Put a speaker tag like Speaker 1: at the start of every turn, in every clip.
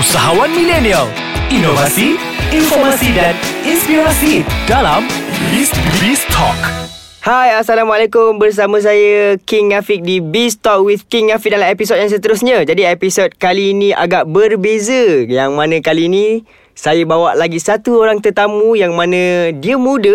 Speaker 1: Usahawan Milenial Inovasi, informasi dan inspirasi dalam Biz Biz Talk.
Speaker 2: Hai, Assalamualaikum. Bersama saya King Afiq di Biz Talk with King Afiq dalam episod yang seterusnya. Jadi episod kali ini agak berbeza. Yang mana kali ini saya bawa lagi satu orang tetamu yang mana dia muda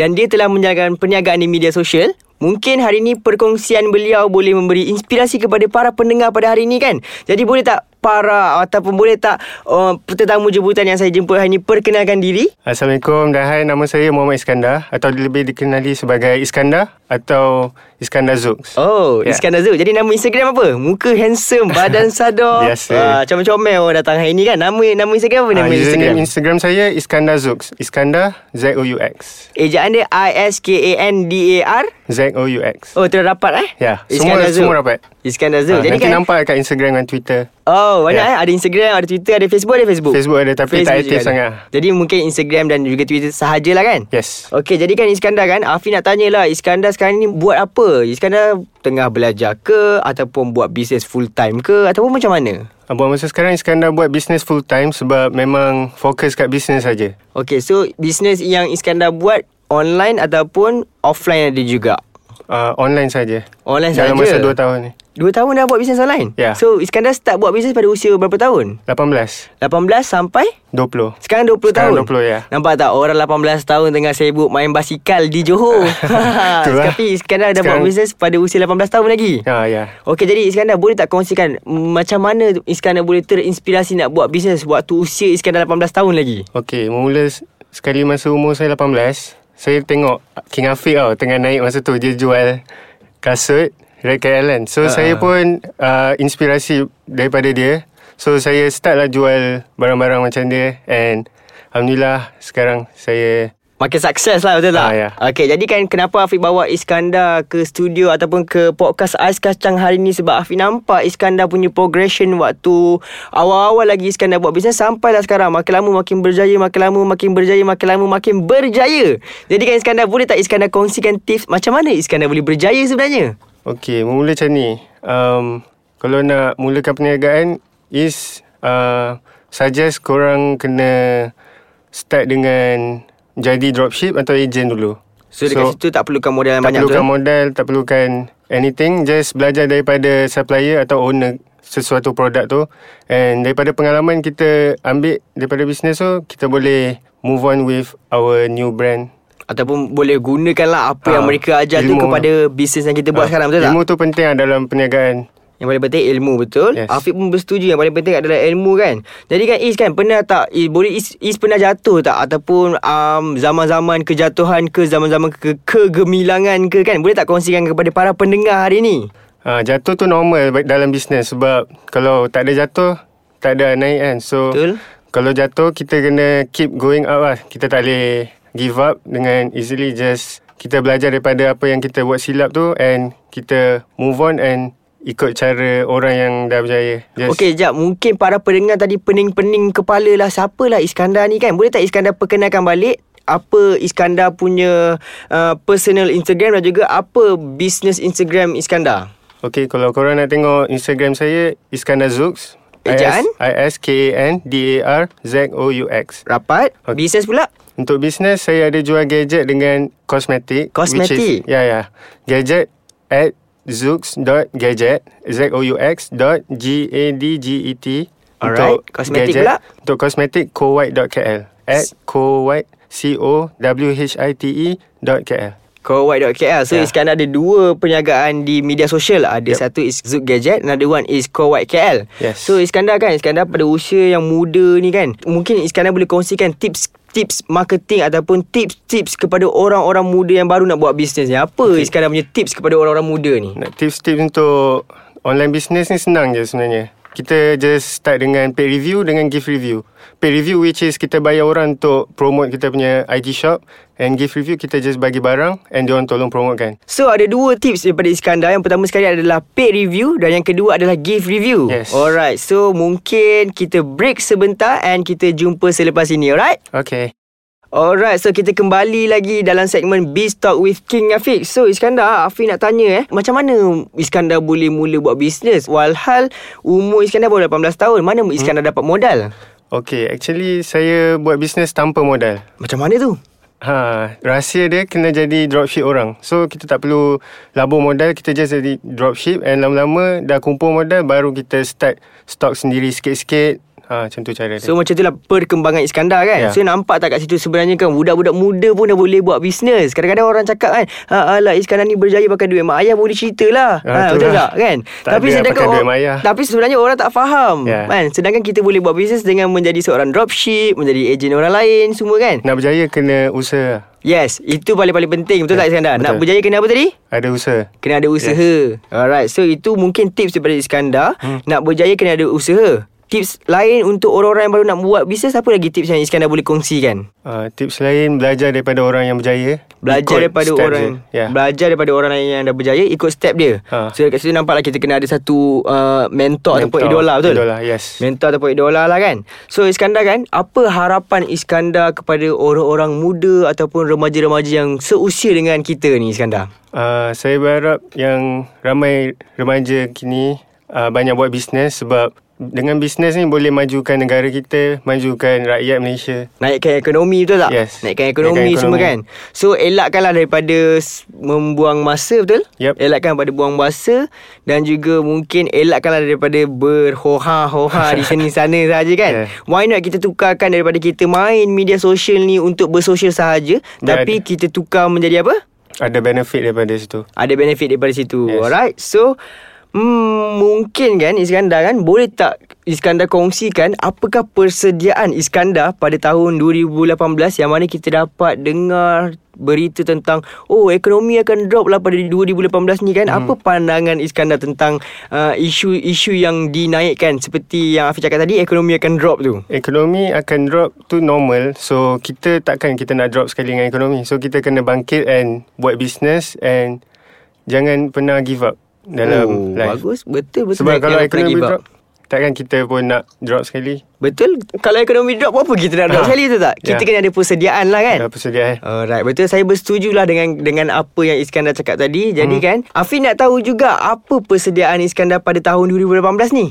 Speaker 2: dan dia telah menjalankan perniagaan di media sosial. Mungkin hari ini perkongsian beliau boleh memberi inspirasi kepada para pendengar pada hari ini kan. Jadi boleh tak para ataupun boleh tak uh, tetamu jemputan yang saya jemput hari ini perkenalkan diri?
Speaker 3: Assalamualaikum dan hai nama saya Muhammad Iskandar atau lebih dikenali sebagai Iskandar atau Iskandar Zooks.
Speaker 2: Oh, yeah.
Speaker 3: Ya.
Speaker 2: Iskandar Zul. Jadi nama Instagram apa? Muka handsome, badan sadar.
Speaker 3: Biasa.
Speaker 2: Ah, comel-comel orang datang hari ni kan. Nama nama Instagram apa
Speaker 3: Ah,
Speaker 2: nama Instagram?
Speaker 3: username Instagram saya Iskandar Zooks. Iskandar Z O U X.
Speaker 2: Ejaan dia I-S-K-A-N-D-A-R.
Speaker 3: Z O U X.
Speaker 2: Oh, terlalu rapat eh?
Speaker 3: Ya, semua
Speaker 2: Zul.
Speaker 3: semua dapat.
Speaker 2: Iskandar Zul.
Speaker 3: Ah,
Speaker 2: Jadi
Speaker 3: nanti
Speaker 2: kan
Speaker 3: nampak kat Instagram dan Twitter.
Speaker 2: Oh, banyak
Speaker 3: Ya.
Speaker 2: eh. Ada Instagram, ada Twitter, ada Facebook, ada Facebook.
Speaker 3: Facebook ada tapi tak
Speaker 2: juga
Speaker 3: aktif
Speaker 2: ada.
Speaker 3: sangat. Ya.
Speaker 2: Jadi mungkin Instagram dan juga Twitter sahajalah kan?
Speaker 3: Yes.
Speaker 2: Okey, jadi kan Iskandar kan, Afi nak tanyalah Iskandar sekarang ni buat apa? Iskandar tengah belajar ke ataupun buat bisnes full time ke ataupun macam mana?
Speaker 3: Ah, Buat masa sekarang Iskandar buat business full time sebab memang fokus kat business saja.
Speaker 2: Okay, so bisnes yang Iskandar buat online ataupun offline ada juga.
Speaker 3: Uh, online saja.
Speaker 2: Online
Speaker 3: Dalam
Speaker 2: saja.
Speaker 3: masa 2 tahun ni.
Speaker 2: Dua tahun dah buat bisnes online?
Speaker 3: Ya.
Speaker 2: So, Iskandar start buat bisnes pada usia berapa tahun? 18
Speaker 3: 18,
Speaker 2: sampai?
Speaker 3: 20.
Speaker 2: Sekarang 20
Speaker 3: Sekarang
Speaker 2: tahun
Speaker 3: 20, ya.
Speaker 2: Nampak tak orang 18 tahun Tengah sibuk main basikal di Johor lah.
Speaker 3: Itulah.
Speaker 2: Tapi Iskandar dah buat
Speaker 3: lah. Sekarang-
Speaker 2: bisnes Pada usia 18 tahun lagi
Speaker 3: Ah, ya.
Speaker 2: Okey jadi Iskandar boleh tak kongsikan mm, Macam mana Iskandar boleh terinspirasi Nak buat bisnes Waktu usia Iskandar 18 tahun lagi
Speaker 3: Okey, mula s- sekali masa umur saya 18, saya tengok King Afiq tau tengah naik masa tu dia jual kasut Red Cat Island. So uh saya pun uh, inspirasi daripada dia. So saya start lah jual barang-barang macam dia and alhamdulillah sekarang saya
Speaker 2: Makin sukses lah betul tak?
Speaker 3: Ah, ya.
Speaker 2: Okay jadi kan kenapa Afiq bawa Iskandar ke studio Ataupun ke podcast Ais Kacang hari ni Sebab Afiq nampak Iskandar punya progression Waktu awal-awal lagi Iskandar buat bisnes Sampailah sekarang Makin lama makin berjaya Makin lama makin berjaya Makin lama makin berjaya Jadi kan Iskandar boleh tak Iskandar kongsikan tips Macam mana Iskandar boleh berjaya sebenarnya?
Speaker 3: Okey, mula macam ni. Um, kalau nak mulakan perniagaan is uh, suggest korang kena start dengan jadi dropship atau agent dulu.
Speaker 2: So, so dekat situ tak perlukan modal yang
Speaker 3: tak
Speaker 2: banyak
Speaker 3: perlukan
Speaker 2: tu eh?
Speaker 3: modal, tak perlukan anything. Just belajar daripada supplier atau owner sesuatu produk tu. And daripada pengalaman kita ambil daripada bisnes tu, kita boleh move on with our new brand.
Speaker 2: Ataupun boleh gunakanlah Apa yang
Speaker 3: Ah,
Speaker 2: mereka ajar tu
Speaker 3: ilmu.
Speaker 2: Kepada bisnes yang kita buat
Speaker 3: Ah,
Speaker 2: sekarang Betul tak?
Speaker 3: Ilmu tu penting lah dalam perniagaan.
Speaker 2: Yang paling penting ilmu betul yes.
Speaker 3: Yes.
Speaker 2: Afiq pun bersetuju Yang paling penting adalah ilmu kan Jadi kan Is kan Pernah tak Is, Boleh Is, Is pernah jatuh tak Ataupun um, Zaman-zaman kejatuhan ke Zaman-zaman ke, kegemilangan ke kan Boleh tak kongsikan kepada para pendengar hari ni
Speaker 3: Ha, jatuh tu normal ba- dalam bisnes sebab kalau tak ada jatuh, tak ada naik kan. So,
Speaker 2: Betul.
Speaker 3: kalau jatuh, kita kena keep going up lah. Kita tak boleh give up dengan easily just kita belajar daripada apa yang kita buat silap tu and kita move on and ikut cara orang yang dah berjaya. Just
Speaker 2: Okey jap Mungkin para pendengar tadi Pening-pening kepala lah Siapalah Iskandar ni kan Boleh tak Iskandar perkenalkan balik apa Iskandar punya uh, personal Instagram dan juga apa business Instagram Iskandar?
Speaker 3: Okay, kalau korang nak tengok Instagram saya, Iskandar Zooks.
Speaker 2: Ejaan?
Speaker 3: I-S-K-A-N-D-A-R-Z-O-U-X.
Speaker 2: Rapat,
Speaker 3: Okey.
Speaker 2: business pula?
Speaker 3: Untuk bisnes saya ada jual gadget dengan kosmetik.
Speaker 2: Kosmetik?
Speaker 3: which is- Ya, ya. Gadget at zooks.gadget Z-O-U-X dot G-A-D-G-E-T
Speaker 2: Alright.
Speaker 3: E Untuk
Speaker 2: Kosmetik
Speaker 3: gadget.
Speaker 2: pula?
Speaker 3: Untuk kosmetik kowhite.kl At kowhite C-O-W-H-I-T-E E dot KL
Speaker 2: Kowhite.kl lah. So yeah.
Speaker 3: Ya.
Speaker 2: Iskandar ada dua perniagaan di media sosial lah. Ada yep. satu is Zook Gadget Another one is Kowhite KL
Speaker 3: Yes.
Speaker 2: So Iskandar kan Iskandar pada usia yang muda ni kan Mungkin Iskandar boleh kongsikan tips Tips marketing ataupun tips-tips kepada orang-orang muda yang baru nak buat bisnes ni Apa okay. Iskandar punya tips kepada orang-orang muda ni?
Speaker 3: Nak tips-tips untuk online business ni senang je sebenarnya. Kita just start dengan paid review dengan gift review. Paid review which is kita bayar orang untuk promote kita punya IG shop and gift review kita just bagi barang and dia orang tolong promotekan.
Speaker 2: So ada dua tips daripada Iskandar Yang pertama sekali adalah paid review Dan yang kedua adalah gift review
Speaker 3: Yes.
Speaker 2: Alright so mungkin kita break sebentar And kita jumpa selepas ini alright?
Speaker 3: Okay.
Speaker 2: Alright, so kita kembali lagi dalam segmen Biz Talk with King Afiq. So Iskandar, Afiq nak tanya eh, macam mana Iskandar boleh mula buat bisnes? Walhal umur Iskandar baru 18 tahun. Mana Iskandar hmm. dapat modal?
Speaker 3: Okay, actually saya buat bisnes tanpa modal.
Speaker 2: Macam mana tu?
Speaker 3: Ha, rahsia dia kena jadi dropship orang. So kita tak perlu labur modal, kita just jadi dropship and lama-lama dah kumpul modal baru kita start stock sendiri sikit-sikit. Ha, macam tu cara dia.
Speaker 2: So macam itulah perkembangan Iskandar kan yeah.
Speaker 3: Ya.
Speaker 2: So nampak tak kat situ sebenarnya kan Budak-budak muda pun dah boleh buat bisnes Kadang-kadang orang cakap kan "Ah, Alah Iskandar ni berjaya pakai duit mak ayah Boleh cerita lah ha,
Speaker 3: Ah,
Speaker 2: Betul
Speaker 3: itulah.
Speaker 2: tak kan
Speaker 3: Tak ada pakai duit mak ayah.
Speaker 2: Tapi sebenarnya orang tak faham
Speaker 3: Ya.
Speaker 2: kan? Sedangkan kita boleh buat bisnes Dengan menjadi seorang dropship Menjadi ejen orang lain Semua kan
Speaker 3: Nak berjaya kena usaha.
Speaker 2: Yes Itu paling-paling penting Betul tak
Speaker 3: Ya,
Speaker 2: Iskandar Nak
Speaker 3: betul.
Speaker 2: berjaya kena apa tadi?
Speaker 3: Ada usaha.
Speaker 2: Kena ada usaha yes. Alright So itu mungkin tips daripada Iskandar hmm. Nak berjaya kena ada usaha Tips lain untuk orang-orang yang baru nak buat bisnes Apa lagi tips yang Iskandar boleh kongsikan?
Speaker 3: Uh, tips lain belajar daripada orang yang berjaya.
Speaker 2: Belajar
Speaker 3: Ikut Ya.
Speaker 2: daripada
Speaker 3: step
Speaker 2: orang
Speaker 3: dia. Yeah.
Speaker 2: Belajar daripada orang lain yang dah berjaya Ikut step dia ha.
Speaker 3: Ha.
Speaker 2: So dekat situ nampaklah kita kena ada satu uh, mentor, mentor ataupun
Speaker 3: Mentor,
Speaker 2: idola betul?
Speaker 3: idola, yes.
Speaker 2: Mentor ataupun idola lah kan So Iskandar kan Apa harapan Iskandar kepada orang-orang muda Ataupun remaja-remaja yang seusia dengan kita ni Iskandar?
Speaker 3: Uh, saya berharap yang ramai remaja kini uh, banyak buat bisnes sebab dengan bisnes ni boleh majukan negara kita, majukan rakyat Malaysia.
Speaker 2: Naikkan ekonomi betul tak?
Speaker 3: Yes.
Speaker 2: Naikkan ekonomi,
Speaker 3: Naikkan
Speaker 2: semua
Speaker 3: ekonomi.
Speaker 2: kan. So elakkanlah daripada s- membuang masa betul?
Speaker 3: Yup.
Speaker 2: Elakkan daripada buang masa dan juga mungkin elakkanlah daripada berhoha-hoha di sini sana sahaja kan.
Speaker 3: Yeah.
Speaker 2: Why not kita tukarkan daripada kita main media sosial ni untuk bersosial sahaja tapi
Speaker 3: ada.
Speaker 2: kita tukar menjadi apa?
Speaker 3: Ada benefit daripada situ.
Speaker 2: Ada benefit daripada situ yes.
Speaker 3: Yes.
Speaker 2: Alright So hmm, Mungkin kan Iskandar kan Boleh tak Iskandar kongsikan Apakah persediaan Iskandar Pada tahun 2018 Yang mana kita dapat dengar Berita tentang Oh ekonomi akan drop lah Pada 2018 ni kan hmm. Apa pandangan Iskandar Tentang uh, Isu-isu yang dinaikkan Seperti yang Afiq cakap tadi Ekonomi akan drop tu
Speaker 3: Ekonomi akan drop tu normal. So kita takkan kita nak drop sekali dengan ekonomi. So kita kena bangkit and buat bisnes and jangan pernah give up dalam
Speaker 2: oh,
Speaker 3: life.
Speaker 2: Bagus Betul-betul
Speaker 3: Sebab kalau ekonomi drop takkan kita pun nak drop sekali.
Speaker 2: Betul Kalau ekonomi drop Apa kita nak drop
Speaker 3: Ha.
Speaker 2: sekali tu tak Kita
Speaker 3: Ya.
Speaker 2: kena ada persediaan lah kan
Speaker 3: Dah persediaan. eh?
Speaker 2: Alright, betul saya bersetuju lah dengan dengan apa yang Iskandar cakap tadi. Jadi hmm. kan, Afi nak tahu juga apa persediaan Iskandar pada tahun 2018 ni.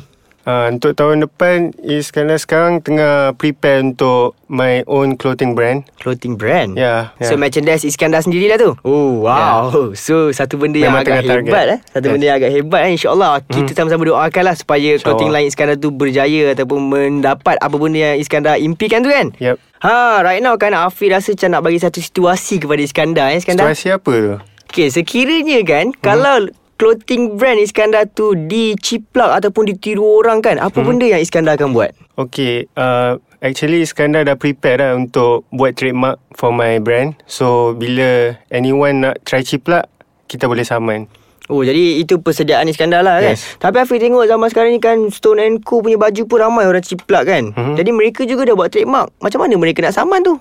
Speaker 3: Uh, untuk tahun depan Iskandar sekarang tengah prepare untuk my own clothing brand.
Speaker 2: Clothing brand.
Speaker 3: Ya, ya.
Speaker 2: So merchandise Iskandar sendirilah tu. Oh, wow. Yeah. So satu benda yang agak
Speaker 3: Memang tengah target.
Speaker 2: hebat eh. Satu
Speaker 3: Yes. Hmm.
Speaker 2: benda yang agak hebat eh insya-Allah. Kita sama-sama doakanlah supaya clothing line Iskandar tu berjaya ataupun mendapat apa benda yang Iskandar impikan tu kan.
Speaker 3: Yep.
Speaker 2: Ha, right now kan Afi rasa macam nak bagi satu situasi kepada Iskandar eh Iskandar.
Speaker 3: Situasi apa tu?
Speaker 2: Okay, sekiranya kan
Speaker 3: Mhm.
Speaker 2: hmm. kalau clothing brand Iskandar tu diciplak ataupun ditiru orang kan,
Speaker 3: Mhm.
Speaker 2: apa hmm. benda yang Iskandar akan buat?
Speaker 3: Okay, uh, actually Iskandar dah prepare dah untuk buat trademark for my brand. So, bila anyone nak try ciplak, kita boleh saman.
Speaker 2: Oh, jadi itu persediaan Iskandar lah kan.
Speaker 3: Yes.
Speaker 2: Tapi Afiq tengok zaman sekarang ni kan Stone and Co punya baju pun ramai orang ciplak kan.
Speaker 3: Mhm.
Speaker 2: Hmm. Jadi mereka juga dah buat trademark. Macam mana mereka nak saman tu?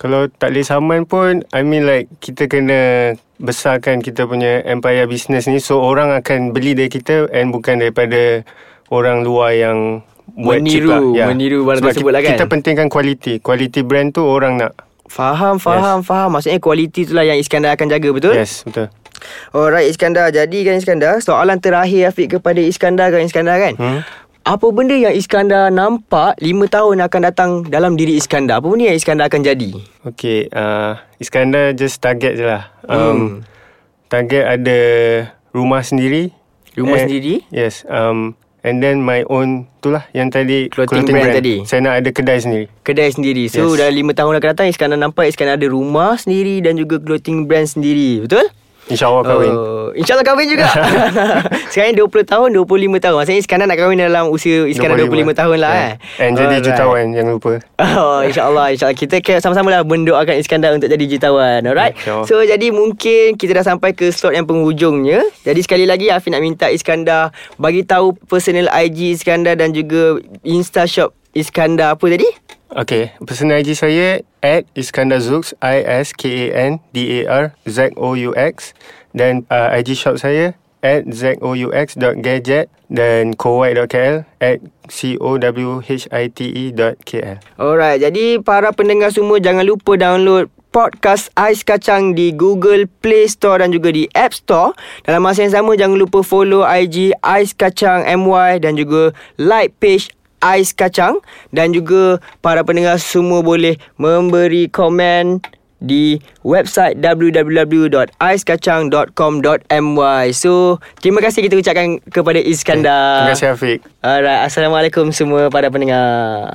Speaker 3: Kalau tak boleh saman pun, I mean like kita kena besarkan kita punya empire business ni. So, orang akan beli dari kita and bukan daripada orang luar yang buat
Speaker 2: Meniru,
Speaker 3: ciplak. Ya.
Speaker 2: meniru barang
Speaker 3: Sebab
Speaker 2: tersebut lah kan?
Speaker 3: Kita pentingkan kualiti. Kualiti brand tu orang nak.
Speaker 2: Faham, faham, yes. faham. Maksudnya kualiti tu lah yang Iskandar akan jaga, betul?
Speaker 3: Yes, betul.
Speaker 2: Alright Iskandar Jadi kan Iskandar Soalan terakhir Afiq kepada Iskandar kan Iskandar kan hmm? Apa benda yang Iskandar nampak 5 tahun akan datang dalam diri Iskandar Apa benda yang Iskandar akan jadi
Speaker 3: Okay, uh, Iskandar just target je lah.
Speaker 2: Hmm.
Speaker 3: Um, Target ada rumah sendiri.
Speaker 2: Rumah sendiri?
Speaker 3: Yes. Um, and then my own tu lah yang tadi
Speaker 2: Clothing brand tadi.
Speaker 3: Saya nak ada kedai sendiri.
Speaker 2: Kedai sendiri So yes.
Speaker 3: Yes.
Speaker 2: dalam 5 tahun akan datang Iskandar nampak Iskandar ada rumah sendiri Dan juga clothing brand sendiri Betul?
Speaker 3: InsyaAllah kahwin. Uh,
Speaker 2: Oh, InsyaAllah kahwin juga Sekarang 20 tahun 25 tahun Maksudnya Iskandar nak kahwin dalam usia Iskandar 25, 25 tahun lah yeah. eh
Speaker 3: And jadi
Speaker 2: Alright.
Speaker 3: jutawan jangan lupa.
Speaker 2: Oh, insyaAllah InsyaAllah Kita ke- sama-sama lah Mendoakan Iskandar Untuk jadi jutawan Alright
Speaker 3: InsyaAllah.
Speaker 2: So jadi mungkin Kita dah sampai ke slot yang penghujungnya Jadi sekali lagi Afi nak minta Iskandar Bagi tahu personal IG Iskandar Dan juga Insta shop Iskandar Apa tadi?
Speaker 3: Okay, personal IG saya at Iskandar Zooks, I-S-K-A-N-D-A-R Z-O-U-X. Dan uh, IG shop saya at zoux.gadget dan kowai.kl at c-o-w-h-i-t-e E dot kl.
Speaker 2: Alright, jadi para pendengar semua jangan lupa download podcast Ais Kacang di Google Play Store dan juga di App Store. Dalam masa yang sama jangan lupa follow IG Ais Kacang MY dan juga like page Ais Kacang dan juga para pendengar semua boleh memberi komen di website www.aiskacang.com.my So, terima kasih kita ucapkan kepada Iskandar.
Speaker 3: Terima kasih Afiq.
Speaker 2: Alright, Assalamualaikum semua para pendengar.